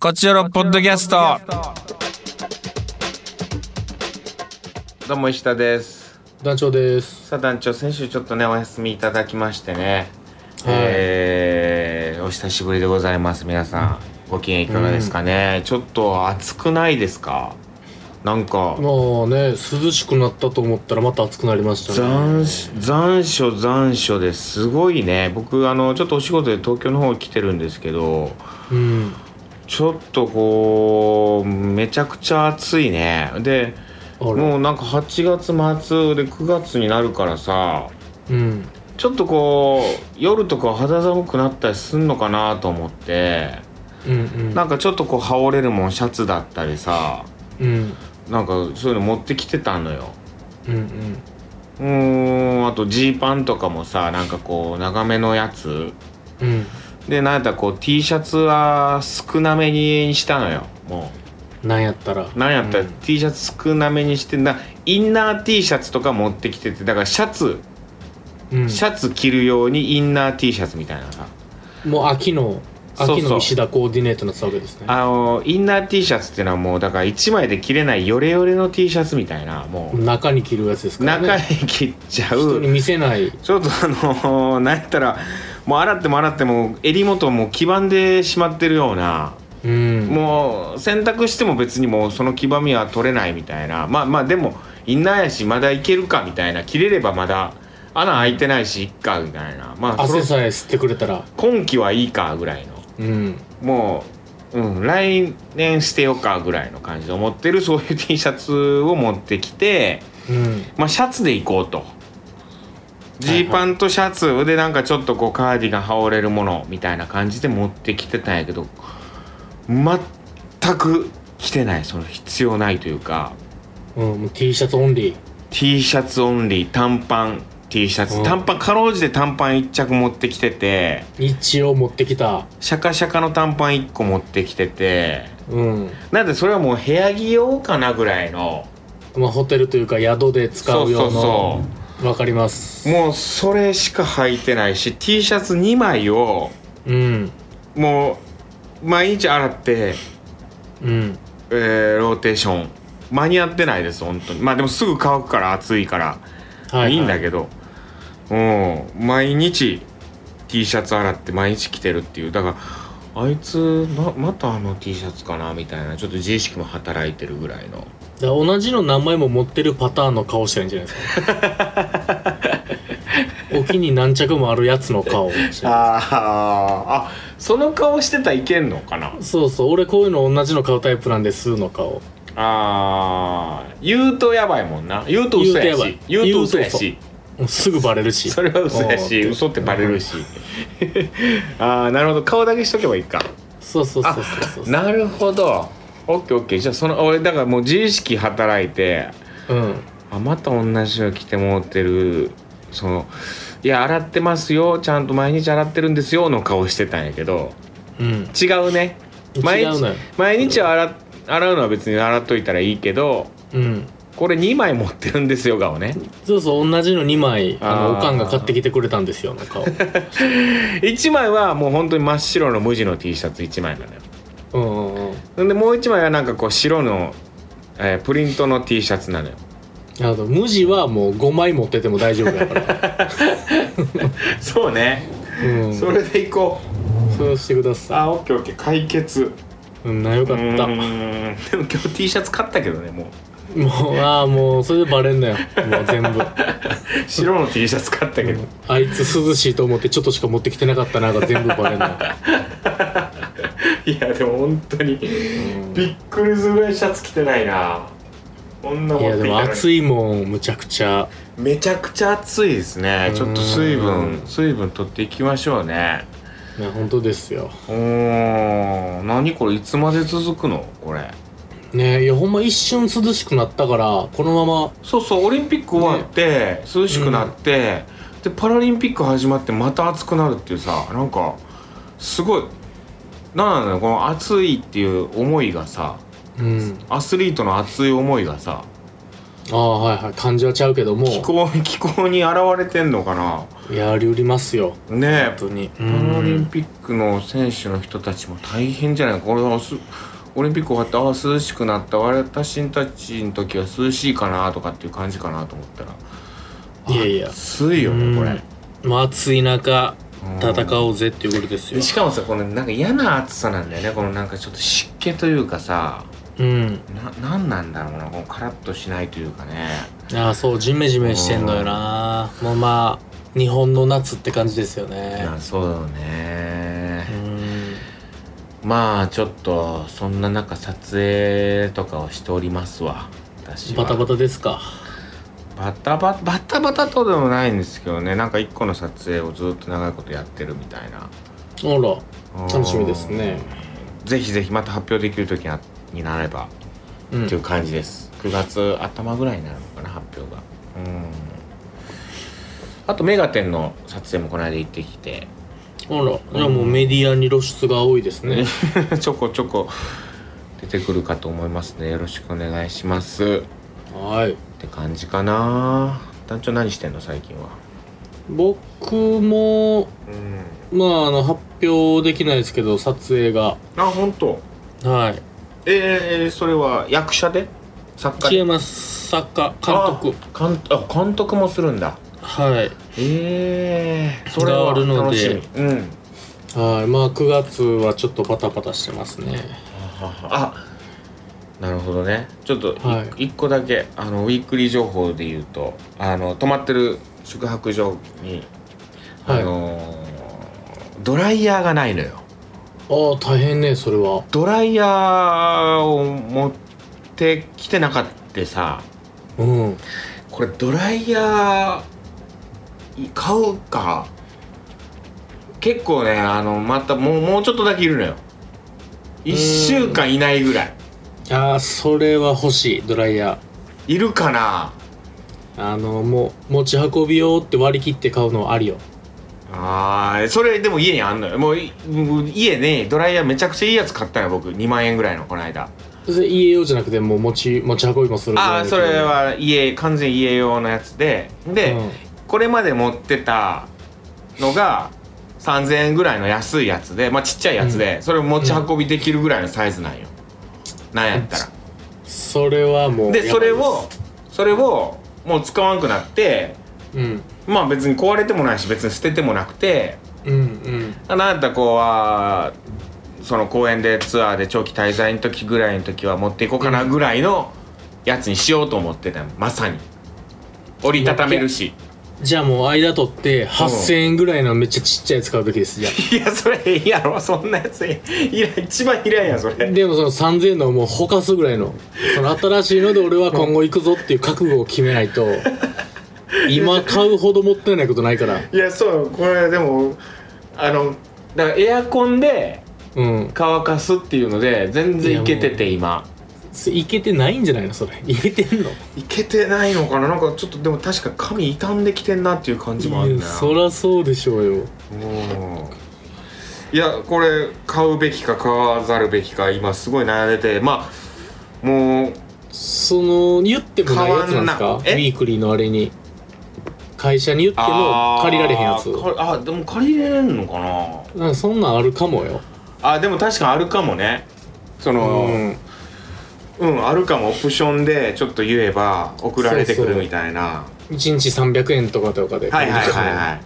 こちらのポッドキャスト。どうも石田です。団長です。さあ団長、先週ちょっとね、お休みいただきましてね。はいえー、お久しぶりでございます、皆さん。ご機嫌いかがですかね。ちょっと暑くないですかなんか、もうね、涼しくなったと思ったらまた暑くなりましたね。残暑残暑残暑ですごいね僕あのちょっとお仕事で東京の方来てるんですけどうん。ちょっとこうめちゃくちゃ暑いねであれ。もうなんか8月末で9月になるからさうん。ちょっとこう夜とか肌寒くなったりすんのかなと思ってうんうん。なんかちょっとこう羽織れるもんシャツだったりさうん。なんかそういうの持ってきてたのようんうん。うーんあとジーパンとかもさなんかこう長めのやつうん。でなんやったらこう T シャツは少なめにしたのよもなんやったら。うなんやったらうん T シャツ少なめにしてなインナー T シャツとか持ってきててだからシャツうん。シャツ着るようにインナー T シャツみたいなさもう秋の、そう秋そうの石田コーディネートになってたわけですね。あのインナー T シャツっていうのはもうだから1枚で着れないヨレヨレの T シャツみたいなも中に着るやつですうからね。中に切っちゃ人にう見せない。ちょっとあの なんやったらもう洗っても洗っても襟元も黄ばんでしまってるようなうん。もう洗濯しても別にもうその黄ばみは取れないみたいなまあまあでもインナーやしまだいけるかみたいな切れればまだ穴開いてないしいっかみたいなまあそ汗ろさえ吸ってくれたら。今季はいいかぐらいのうん。もう、うん、来年捨てようかぐらいの感じで思ってるそういう T シャツを持ってきて、うん。まあ、シャツで行こうとジーパンとシャツでなんかちょっとこうカーディガン羽織れるものみたいな感じで持ってきてたんやけど全く着てないその必要ないというかうん。もう T シャツオンリー。 T シャツオンリー短パン T シャツ、うん短パンかろうじて短パン1着持ってきてて一応持ってきた。シャカシャカの短パン1個持ってきててうん。なんでそれはもう部屋着用かなぐらいのまあホテルというか宿で使うようその。わかります。もうそれしか履いてないし T シャツ2枚をうん。もう毎日洗って、うん。えーローテーション間に合ってないです本当にまあでもすぐ乾くから暑いから、はいい、い、んだけどうん毎日 T シャツ洗って毎日着てるっていうだからあいつなまたあの T シャツかなみたいなちょっと自意識も働いてるぐらいのだから同じの何枚も持ってるパターンの顔したらいいんじゃないです かお気に何着もあるやつの顔をしてるああその顔してたらいけんのかなそうそう俺こういうの同じの顔タイプなんですの顔あー言うとやばいもんな言うと嘘やし言言ううと嘘と嘘ややばいしもうすぐバレるしそれは嘘やしおー嘘ってバレるし ああなるほど顔だけしとけばいいかそうそうそうそうそうなるほどオッケーオッケーじゃあその俺だからもう自意識働いてうんあまた同じの着てもうてるそのいや洗ってますよちゃんと毎日洗ってるんですよの顔してたんやけどうん違うね毎違う日のよ毎日洗洗うのは別に洗っといたらいいけどうんこれ2枚持ってるんですよ顔ねそうそう同じの2枚あのあーおかんが買ってきてくれたんですよの顔1枚はもう本当に真っ白の無地の T シャツ1枚なのようんうんうんんでもう1枚はなんかこう白の、えープリントの T シャツなのよなるほど無地はもう5枚持ってても大丈夫だから、そうね、うん、それでいこそうしてくだうさあオッケーオッケー解決いうんなよかうっーたんでも今日 T シャツ買ったけどねもうもうああもうそれでバレんのよもう全部白の T シャツ買ったけど、あいつ涼しいと思ってちょっとしか持ってきてなかったなが全部バレんのよいやでも本当にうんびっくりするぐらいシャツ着てないなこんない持っやてきでもたのに暑いもんむちゃくちゃめちゃくちゃ暑いですねちょっと水分うん水分取っていきましょうねいや本当ですよおー何これいつまで続くのこれねえいやほんま一瞬涼しくなったからこのままそうそうオリンピック終わって、涼しくなって、でパラリンピック始まってまた暑くなるっていうさなんかすごいなんなのこの暑いっていう思いがさうんアスリートの熱い思いがさああはいはい感じはちゃうけども気候気候に現れてんのかないやありうりますよね本当にうえパラリンんピックの選手の人たちも大変じゃないこれはすオリンピック終わってああ涼しくなった私たちの時は涼しいかなとかっていう感じかなと思ったらいやいや暑いよねこれうんまあ暑い中うん戦おうぜっていうことですよでしかもさこのなんか嫌な暑さなんだよねこのなんかちょっと湿気というかさうんななんなんだろうなこのカラッとしないというかねああそうジメジメしてんのよなもうまあ日本の夏って感じですよいねやそうだよねうんまあちょっとそんな中撮影とかをしておりますわ私はバタバタですかバタバタバタバタとでもないんですけどねなんか一個の撮影をずっと長いことやってるみたいなあらうん楽しみですねぜひぜひまた発表できる時になればうっていうん感じです、9月頭ぐらいになるのかな発表がうんあと『メガテン』の撮影もこの間行ってきて あらじゃあもうメディアに露出が多いですねちょこちょこ出てくるかと思いますねよろしくお願いしますはいって感じかな団長何してんの最近は僕もうんまああの発表できないですけど撮影があ本当はいえー、それは役者で作家違いでます作家監督あ監あ監督もするんだはいええー、それはがあるので楽しみうんはいまあ9月はちょっとバタバタしてますねあなるほどねちょっとはい1個だけ、あのウィークリー情報で言うとあの泊まってる宿泊所に、はいあのードライヤーがないのよああ大変ねそれはドライヤーを持ってきてなかったさうんこれドライヤーい買うか結構ねあのまたもうもうちょっとだけいるのよ1週間いないぐらいああそれは欲しいドライヤーいるかなあのもう持ち運びようって割り切って買うのありよあーそれでも家にあんのよもういもう家ねドライヤーめちゃくちゃいいやつ買ったのよ僕2万円ぐらいのこの間それ家用じゃなくてもう持ち持ち運びもするぐらあいあのそれは家完全家用のやつでで、うんこれまで持ってたのが3000円ぐらいの安いやつでまあちっちゃいやつで、それを持ち運びできるぐらいのサイズなんよ、なんやったらそれはもうでそれやばをそれをもう使わんくなっていですまあ別に壊れてもないし別に捨ててもなくてうんうんなんやったらこうはその公園でツアーで長期滞在の時ぐらいの時は持っていこうかなぐらいのやつにしようと思ってたよまさに折りたためるしうんじゃあもう間取って8000円ぐらいのめっちゃちっちゃいやつ買うべきですじゃいやそれええやろそんなやつええいや一番いらんやんそあれでもその3000円のもうほかすぐらいのその新しいので俺は今後行くぞっていう覚悟を決めない と今買うほどもったいないことないからいやそうこれでもあのだからエアコンでうん乾かすっていうので全然いけてて今それいけてないんじゃないのそれいけてんのいけてないのかななんかちょっとでも確か髪傷んできてんなっていう感じもあるいねやそらそうでしょうよもういやこれ買うべきか買わざるべきか今すごい悩んでてまあもうその言ってもないやつなんです変わかんなウえィークリーのあれに会社に言ってもあー借りられへんやつかあでも借りれんのかななんかそんなんあるかもよあでも確かあるかもねそうのんうん、あるかもオプションでちょっと言えば送られてくるみたいな1日300円とかとかではいはい借りはいるかはい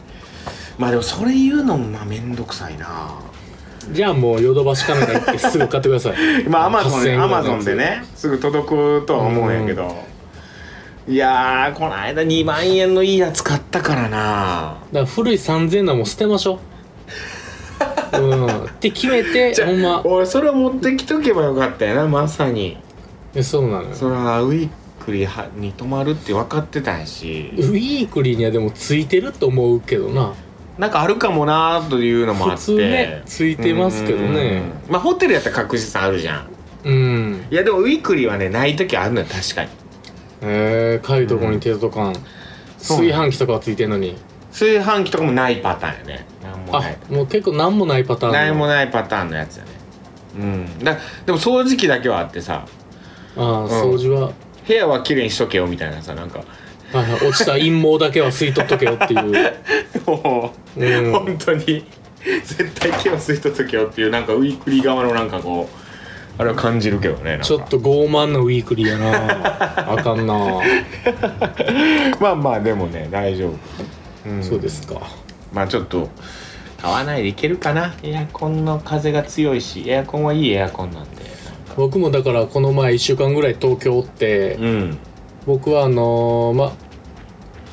まあでもそれ言うのもまあ面倒くさいなもじゃあもうヨドバシカメラ行ってすぐ買ってくださ いまあアマゾン8000円ぐらアいのマやつゾンでねすぐ届くとは思うんやけど、いやーこの間2万円のいいやつ買ったからなだから古い3000円のはもう捨てましょ ううんって決めてほんま俺それを持ってきとけばよかったよなまさにえそうなのよそらウィークリーに泊まるって分かってたんやしウィークリーにはでもついてると思うけどななんかあるかもなーというのもあって普通ねついてますけどねうんまあホテルやったら確実にあるじゃんうんいやでもウィークリーはねない時あるのよ確かにえー、かゆいところに手とかん、そうね炊飯器とかはついてんのに炊飯器とかもないパターンやねなんもなあいもう結構何もないパターン何もないパターンのやつやねうんだでも掃除機だけはあってさあー掃除は部屋は綺麗にしとけよみたいなさなんかはいはい落ちた陰謀だけは吸い取っとけよっていう もう、うん本当に絶対気を吸いとっとけよっていうなんかウィークリー側のなんかこうあれは感じるけどねなんかちょっと傲慢なウィークリーやなあかんなまあまあでもね大丈夫、んそうですかまあちょっと買わないでいけるかなエアコンの風が強いしエアコンはいいエアコンなんで僕もだからこの前1週間ぐらい東京おって、うん僕はあのーま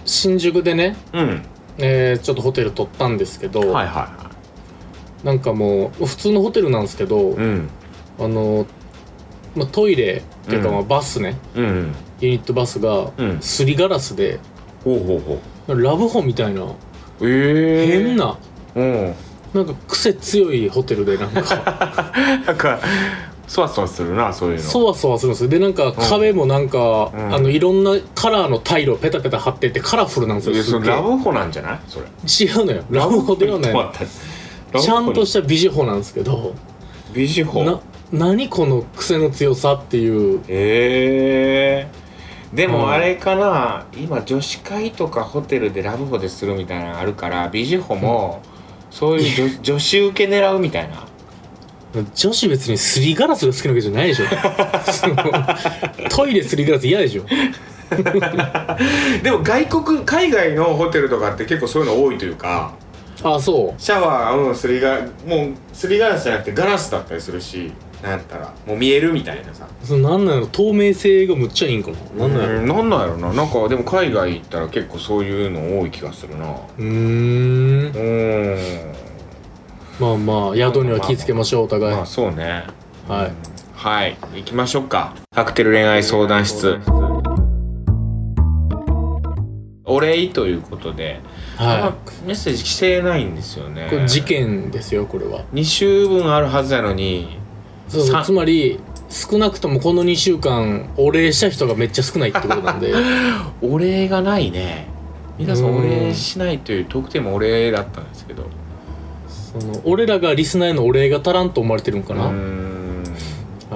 新宿でね、うんえーちょっとホテル取ったんですけど、はいはいはなんかもう普通のホテルなんですけいど、うんあのーまトイレっていうかうんまあバスね、うんユニットバスがうんすりガラスでほうほうほラブホみたいなうええ変な、うんなんか癖強いホテルでなん かなんかそわそわするなそういうのそわそわするんですよでなんか壁もなんか、うんあのいろんなカラーのタイルをペタペタ貼っててカラフルなんですいよやすそっれげえラブホなんじゃないそれ違うのよラブホではないちょっと待ってちゃんとした美女法なんですけど美人法な何この癖の強さっていうえー、でうんもあれかな、今女子会とかホテルでラブホでするみたいなのあるから美人ホもそういう女女子受け狙うみたいな女子別にすりガラスが好きなわけじゃないでしょその トイレすりガラス嫌でしょでも外国海外のホテルとかって結構そういうの多いというかあそうシャワーうんすりがもうすりガラスじゃなくてガラスだったりするしなんやったらもう見えるみたいなさそのなんなの透明性がむっちゃいいんかななんなんやろうんなんなんやろななんかでも海外行ったら結構そういうの多い気がするなうーんうーんまあまあ宿には気ぃつけましょうお互い、まあそうねはいはい行きましょうかカクテル恋愛相談室お礼ということで、あんはまメッセージしてないんですよねいこれ事件ですよこれは2週分あるはずやのにそうそうさつまり少なくともこの2週間お礼した人がめっちゃ少ないってこと なんでお礼がないね皆さんうんお礼しないという特典もお礼だったんですけどその俺らがリスナーへのお礼が足らんと思われてるんかうな、ーん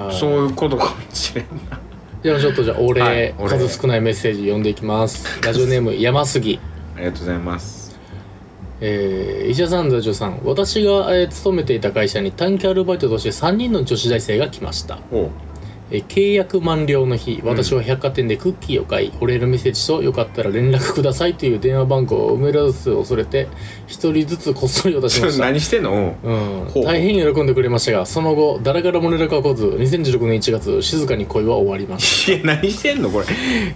はいそういうことかもしれんなじゃあちょっとじゃあお礼,、はいお礼数少ないメッセージ読んでいきますラジオネ ーム山杉ありがとうございますえー、石田さん、座長さん私が、えー勤めていた会社に短期アルバイトとして3人の女子大生が来ました、おうえー契約満了の日私は百貨店でクッキーを買い、お礼のメッセージとよかったら連絡くださいという電話番号を埋め出す恐れて一人ずつこっそり渡しちょまっしとた 何してんのうんほう大変喜んでくれましたがその後誰からも連絡は来ず2016年1月静かに恋は終わりましいや何してんのこれ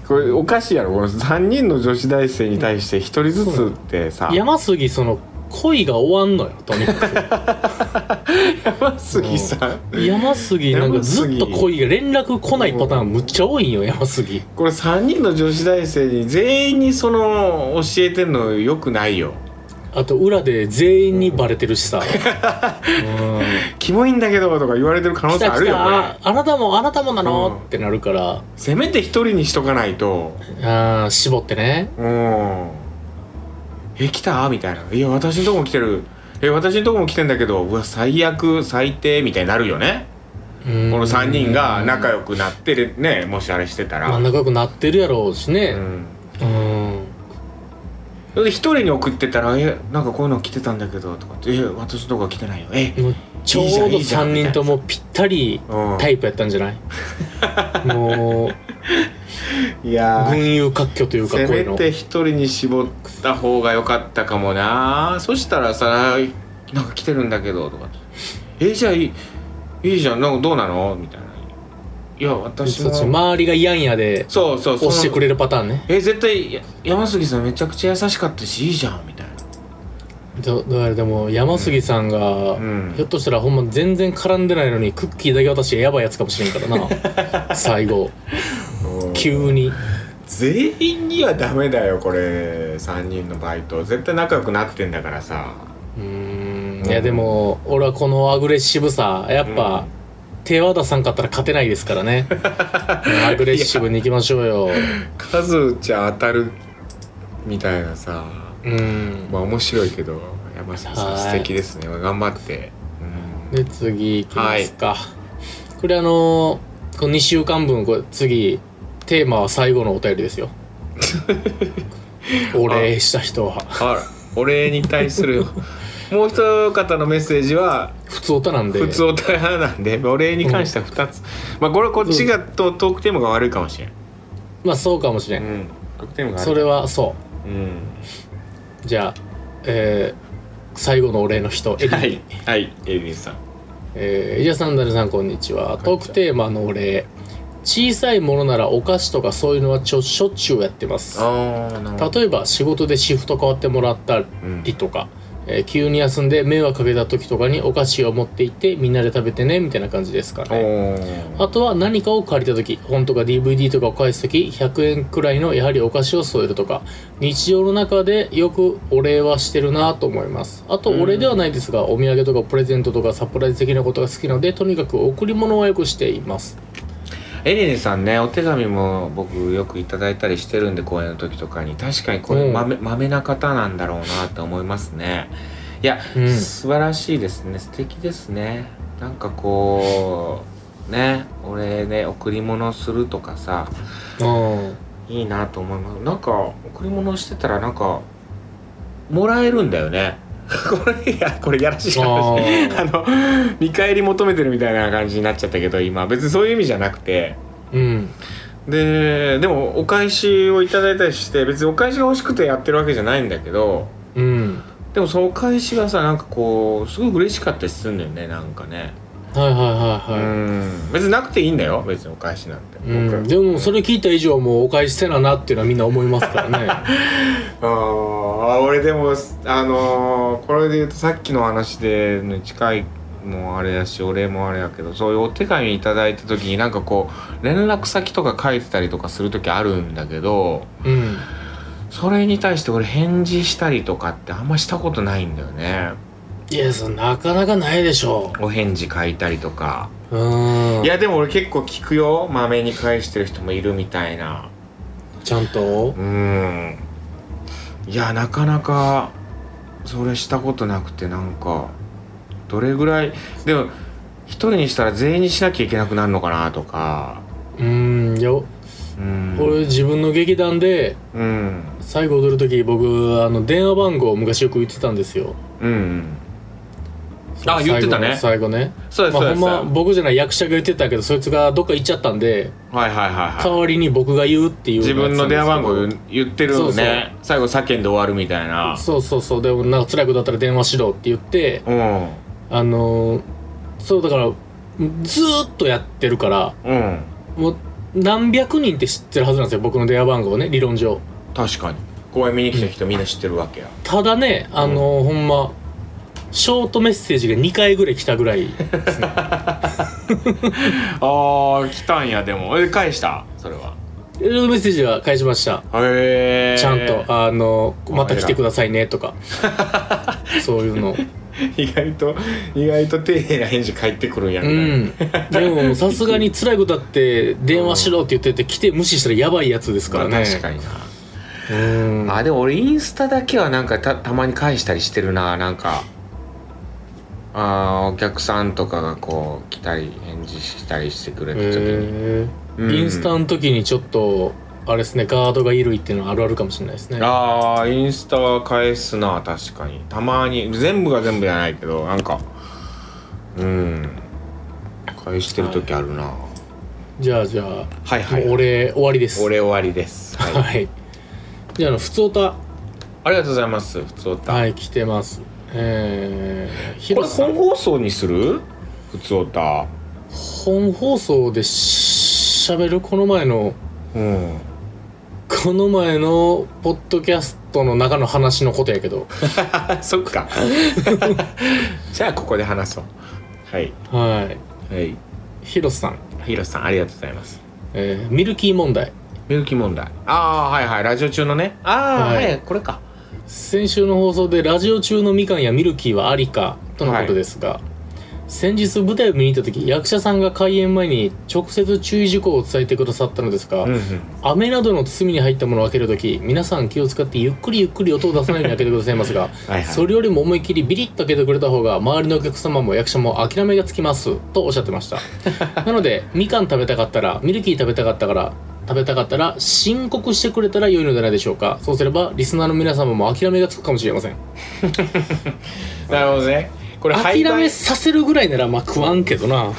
これおかしいやろこの3人の女子大生に対して1人ずつってさた山杉その恋が終わんのよとにかく山杉さん山杉なんかずっと山杉恋が連絡来ないパターンむっちゃ多いんよ山杉これ3人の女子大生に全員にその教えてんのよくないよあと裏で全員にバレてるしさ、うんキモいんだけどとか言われてる可能来性たあ来るよこたれあなたもあなたもなの、うんってなるからせめて1人にしとかないとあー絞ってねうんえ来たみたいないや私のとこも来てるえ私のとこも来てんだけどうわ最悪最低みたいになるよねここのの3人が仲良くなってねもしあれしてたらまあ、仲良くなってるやろうしうねんうん、それで一人に送ってたら「えなんかこういうの来てたんだけど」とかって「え私のとこは来てないよ」えもうちょうどいいじゃん3いいじゃ人んともぴったりうんタイプやったんじゃない もういやー群雄割拠というかせ声めのて一人に絞った方が良かったかもなそしたらさ「なんか来てるんだけど」とか「えじゃあいいいいじゃんなんかどうなの?」みたいな「いや私そもっち周りがやんやでそうそうそう押してくれるパターンねえ絶対や山杉さんめちゃくちゃ優しかったしいいじゃん」みたいだだからでも山杉さんが、なうんひょっとしたらほんま全然絡んでないのにクッキーだけ渡してやばいやつかもしれんから な最後急に全員にはダメだよこれ3人のバイト絶対仲良くなってんだからさうーんいやでも俺はこのアグレッシブさやっぱ、手は出さんかったら勝てないですか らねうんアグレッシブに行きましょうよ数打ちゃ当たるみたいなさうんまあ面白いけど山下さはんい素敵ですね頑張って、うんで次行きますか、これあのーこの2週間分これ次テーマは最後のお便り ですよお礼した人はあらお礼に対する もう一方のメッセージは普通歌なんで普通お便りなんでお礼に関しては2つ、まあこれこっちがとトークテーマが悪いかもしれん、まあそうかもしれ、うんん、トークテーマが悪いそれはそうんうじゃあ、えー最後のお礼の人エリー、はいはいエリンさんえーエリアさんダルさんこんにちはこんにちはトークテーマのお礼小さいものならお菓子とかそういうのはちょしょっちゅうやってますああなる例えば仕事でシフト変わってもらったりとか、えー急に休んで迷惑かけた時とかにお菓子を持って行ってみんなで食べてねみたいな感じですかおねーあとは何かを借りた時本とか DVD とかを返す時100円くらいのやはりお菓子を添えるとか日常の中でよくお礼はしてるなと思いますあとうんお礼ではないですがお土産とかプレゼントとかサプライズ的なことが好きなのでとにかく贈り物はよくしていますエリンさんねお手紙も僕よくいただいたりしてるんで公演の時とかに確かにこれうんまめ,、まめな方なんだろうなって思いますねいや、うん素晴らしいですね素敵ですねなんかこうね俺ね贈り物するとかさうんいいなと思いますなんか贈り物してたらなんかもらえるんだよね これいやこれやらしい話ああの見返り求めてるみたいな感じになっちゃったけど今別にそういう意味じゃなくてーうんででもお返しをいただいたりして別にお返しが欲しくてやってるわけじゃないんだけどうんでもそのお返しがさなんかこうすごく嬉しかったりするんだよねなんかね、はいはいはいはい、うん別になくていいんだよ別にお返しなんて、うん、僕でもそれ聞いた以上もうお返しせななっていうのはみんな思いますか らねあー俺でもあのーこれで言うとさっきの話で近いもあれだしお礼もあれだけどそういうお手紙いただいた時になんかこう連絡先とか書いてたりとかする時あるんだけどうんそれに対して俺返事したりとかってあんましたことないんだよねいやそれなかなかないでしょお返事書いたりとか、ううんいやでも俺結構聞くよまめに返してる人もいるみたいなちゃんとうんいやなかなかそれしたことなくてなんかどれぐらいでも一人にしたら全員にしなきゃいけなくなるのかなとかうんようん俺自分の劇団でうん最後踊る時僕あの電話番号を昔よく言ってたんですようんうんあ言ってたね最後の最後ねそうですまそうあほです、んま僕じゃない役者が言ってたけどそいつがどっか行っちゃったんではいはいはいはい代わりに僕が言うっていう自分の電話番号言う言言ってるそのうそうね最後叫んで終わるみたいなそうそうそうでもなんか辛いことだったら電話しろって言ってうんあのーそうだからずーっとやってるからうんもう何百人って知ってるはずなんですよ僕の電話番号ね理論上確かに公園見に来た人みんな知ってるわけやただねあのーほんまショートメッセージが2回ぐらい来たぐ らいあー来たんやでもえ返したそれはショートメッセージは返しましたへえちゃんとあのーまた来てくださいね とかそういうの意外と意外と丁寧な返事返ってくるんやうみたいな、んでもさすがに辛いことだって電話しろって言ってて来て無視したらやばいやつですからまあね確かにな、うんあでも俺インスタだけはなんかたたまに返したりしてるななんかあーお客さんとかがこう来たり返事したりしてくれた時に、へーうんインスタの時にちょっとあれですねガードが緩いっていうのはあるあるかもしれないですねあーインスタは返すな確かにたまに全部が全部じゃないけどなんかうん返してる時あるな、じゃあじゃあ、はい、はいもう俺終わりです俺終わりです、はい はいじゃああの普通歌ありがとうございます普通歌、はい来てますえー、ヒこロれさ本ん放送にする普通歌本放送でしゃべるこの前のうんこの前のポッドキャストの中の話のことやけどあそっか じゃあここで話そうはいははいいヒロさん、ヒロさんありがとうございますえー、ミルキー問題ミルキー問題ああはいはいラジオ中のねああは、はいいこれか先週の放送でラジオ中のみかんやミルキーはありかとのことですが、先日舞台を見に行った時役者さんが開演前に直接注意事項を伝えてくださったのですが、うんうん飴などの包みに入ったものを開ける時皆さん気を使ってゆっくりゆっくり音を出さないように開けてくださいますがはいはいそれよりも思いっきりビリッと開けてくれた方が周りのお客様も役者も 諦めがつきますとおっしゃってましたなのでみかん食べたかったらミルキー食べたかったから食べたかったら申告してくれたら良いのではないでしょうかそうすればリスナーの皆様も諦めがつくかもしれませんなるほどねこれ諦廃め売させるぐらいならまあ食わんけど な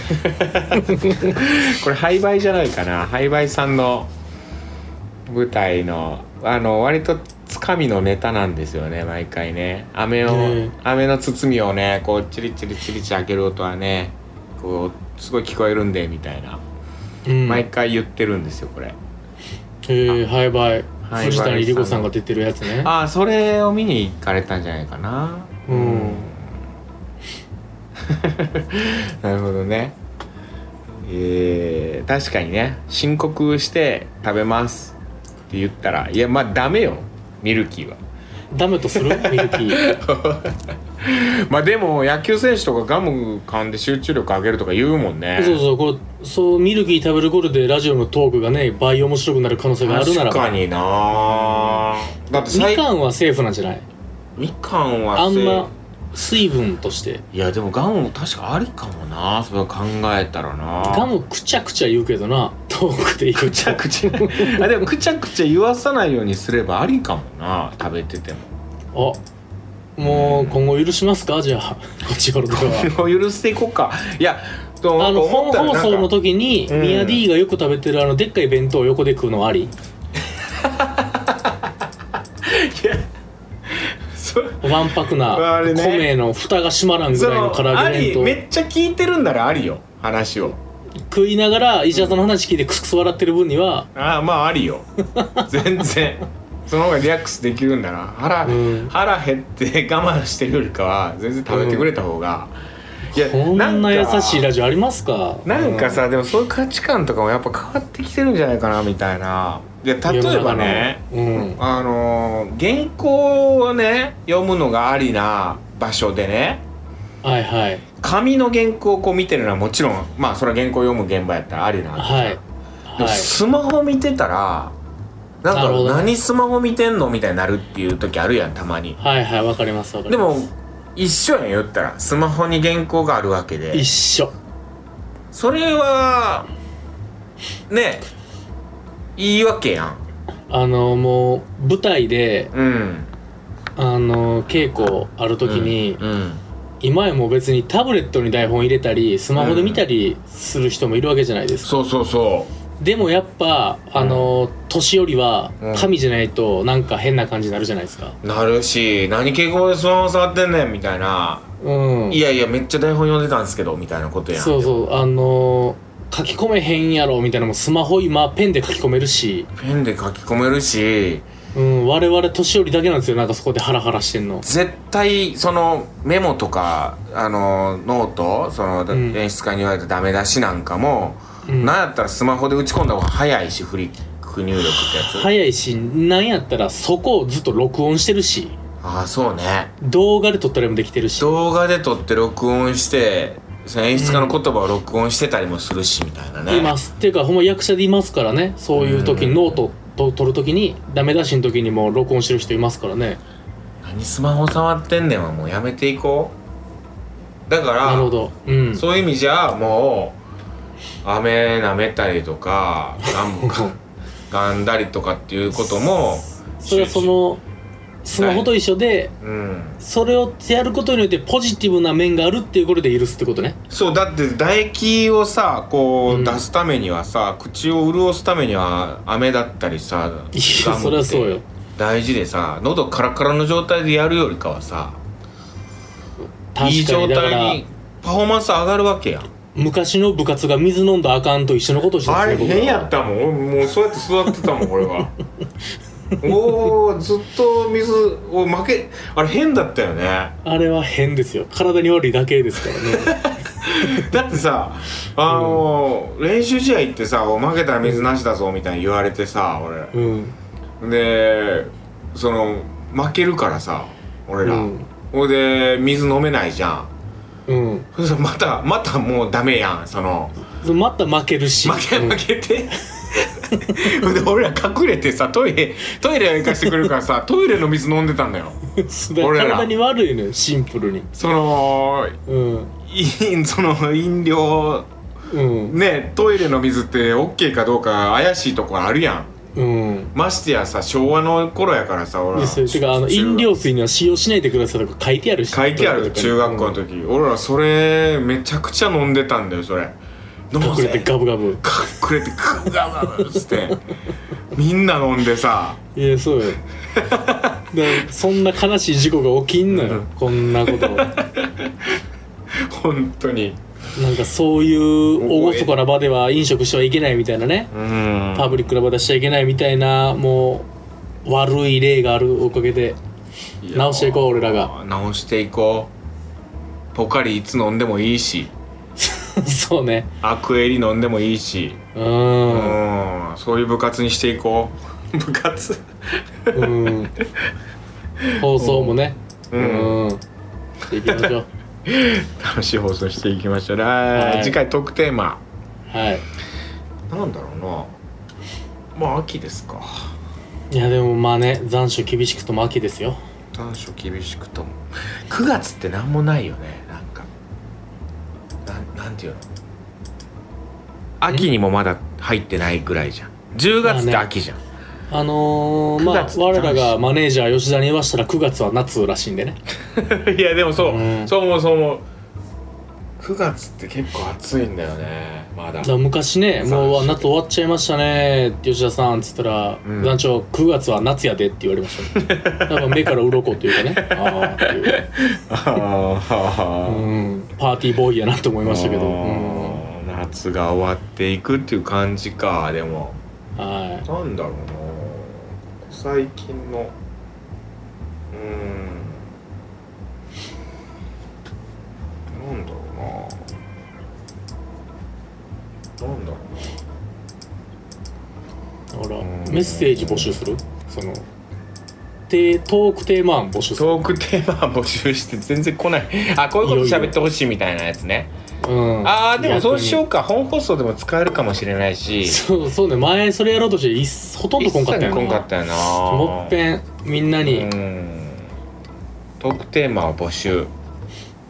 これ廃売じゃないかな廃売さんの舞台のあの割とつかみのネタなんですよね毎回ね飴を、ね飴の包みをねこうチリチリチリチリ開ける音はねこうすごい聞こえるんでみたいな、うん毎回言ってるんですよこれええはいばいはい藤谷莉子さんが出てるやつねああそれを見に行かれたんじゃないかなうんなるほどねえー、確かにね申告して食べますって言ったらいやまあダメよミルキーはダメ とするミルキーまあでも野球選手とかガム噛んで集中力上げるとか言うもんねそうそうこれそうミルキー食べる頃でラジオのトークがね倍面白くなる可能性があるなら確かになだってみ最かんはセーフなんじゃないみかんはあんせま水分としていやでもガムも確かありかもなそれ考えたらなガムくちゃくちゃ言うけどなトークで言くうちゃくちゃあでもくちゃくちゃ言わさないようにすればありかもな食べててもあもう今後許しますかじゃあこっちお るとかは許していこうかいやとあの思っ本たら放なんか送の時にうんミヤ D がよく食べてるあのでっかい弁当を横で食うのはありいやそわんぱくなあれね米の蓋が閉まらんぐそらいの唐のあ揚げり弁めっちゃ聞いてるんならありよ話を当食いながら石田さんの話聞いてクスクス笑ってる分にはああまああ りよ全然その方がリラックスできるんだな腹、うん腹減って我慢してるよりかは全然食べてくれた方が、いやこんな優かしいラジオありますかなんかうさ、でもそういう価値観とかもやっぱ変わってきてるんじゃないかなみたいないや例えばね、世の中のあのー原稿をね読むのがありな場所でねうんはいはい紙の原稿をこう見てるのはもちろんまあそれは原稿読む現場やったらありなわけじゃんはいでもはいスマホ見てたらなんなかるほどね何スマホ見てんのみたいになるっていう時あるやんたまにはいはいわかりますわかりでまもす一緒やん言ったらスマホに原稿があるわけで一緒それはね言い訳やんあのもう舞台でうんあの稽古ある時に、うん今やもう別にタブレットに台本入れたりスマホで見たりする人もいるわけじゃないですか、そうそうそでもやっぱあの年寄りはうん神じゃないとなんか変な感じになるじゃないですかうなるし何稽古場でスマホ触ってんねんみたいな、うんいやいやめっちゃ台本読んでたんですけどみたいなことやんそうそうあの書き込めへんやろみたいなのもスマホ今ペンで書き込めるし、ペンで書き込めるしうん、我々年寄りだけなんですよなんかそこでハラハラしてんの絶対そのメモとかあのノートその、ん演出家に言われたダメ出しなんかも、うんなんやったらスマホで打ち込んだ方が早いしフリック入力ってやつ、早いしなんやったらそこをずっと録音してるしああそうね動画で撮ったりもできてるし動画で撮って録音してその演出家の言葉を録音してたりもするし、みたいなねいますっていうかほんま役者でいますからねそういう時にノートと撮る時にダメ出しの時にも録音してる人いますからね何スマホ触ってんねんはもうやめていこうだからなるほどうんそういう意味じゃもう飴舐めたりと かガムか噛んだりとかっていうこともそれはそのスマホと一緒でうんそれをやることによってポジティブな面があるっていうことで許すってことねそうだって唾液をさこううん出すためにはさ、口を潤すためには飴だったりさいやそれはそうよ大事でさ喉カラカラの状態でやるよりかはさいい確か状にだから態にパフォーマンス上がるわけやん昔の部活が水飲んだらあかんと一緒のことをしてあたんれですね変僕らやはったもん俺もうそうやって育ってた もん俺はおおずっと水を負けあれ変だったよねあれは変ですよ体に悪いだけで すからねだってさあのー練習試合行ってさお負けたら水なしだぞみたいに言われてさ俺うんでその負けるからさ俺ら、うんほいで水飲めないじゃんうんそしたらまたまたもうダメやんそのまた負けるし負け負けて ほいで俺ら隠れてさトイレトイレは行かしてくれるからさトイレの水飲んでたんだよ そうだから俺ら体に悪いのよシンプルに そのうんいその飲料うんねトイレの水って OK かどうか怪しいとこあるやんうんましてやさ昭和の頃やからさ俺らですよてかあの中飲料水には使用しないでくださいとか書いてあるし書いてある中学校のと時、俺らそれめちゃくちゃ飲んでたんだよそれ飲もう隠れてぜガブガブ隠れてガブガブガブっつってみんな飲んでさい やそうよでそんな悲しい事故が起きんのよ、こんな ことな本当にんかそういう厳かな場では飲食してはいけないみたいなねうんパブリックな場出しちゃいけないみたいなもう悪い例があるおかげでや直していこう俺らが 直していこうポカリいつ飲んでもいいしそうねアクエリ飲んでもいいしううんんそういう部活にしていこう部活うん放送もねうんうんしていきましょう楽しい放送していきましょう来はい次回トークテーマはいなんだろうなまあ秋ですかいやでもまあね残暑厳しくとも秋ですよ短所厳しくとも9月って何もないよねなんかなんなんていうの秋にもまだ入ってないぐらいじゃん10月って秋じゃん、あのー、 9まあ月我らがマネージャー吉田に言わしたら9月は夏らしいんでね いやでもそう、うんそう思うそう思う9月って結構暑いんだよねま だだから昔ね「もうわ夏終わっちゃいましたね吉田さん」っつったら「うん団長9月は夏やで」って言われました、ね、なんか目から鱗というかねああっていう、うあん、パーティーボーイやなと思いましたけど、うんはあ夏が終わっていくっていう感じかでもいなんだろうなここ最近のうーんなんだろうななんだろだからんメッセージ募集するそのでトークテーマ案募集うするトークテーマ募集して全然来ないあこういうこと喋ってほしいみたいなやつねうんあーでもそうしよううか本放送でも使えるかもしれないしそうそうね前それやろうとしていっほとんどこんかったよ一切来んかったよなもっぺんみんなに、うんトークテーマを募集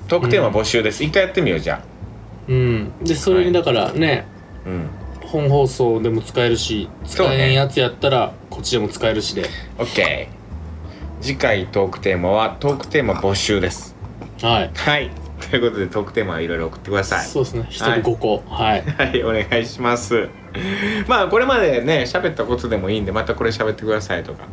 トークテーマ募集です、一回やってみようじゃうん、でそれにだからね、あうん本放送でも使えるし使そうねえんやつやったらこっちでも使えるしで、 OK 次回トークテーマはトークテーマ募集ですはい、はいということでトークテーマはいろいろ送ってくださいそうですね一人5個はい、はいお願いしますまあこれまでね喋ったことでもいいんでまたこれ喋ってくださいとか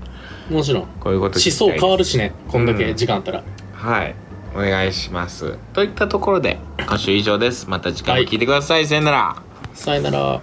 も ちろんこういうこと思想変わるしねこんだうけん時間あったら、はいお願いしますといったところで今週以上ですまた次回も聞いてください、さよならさよなら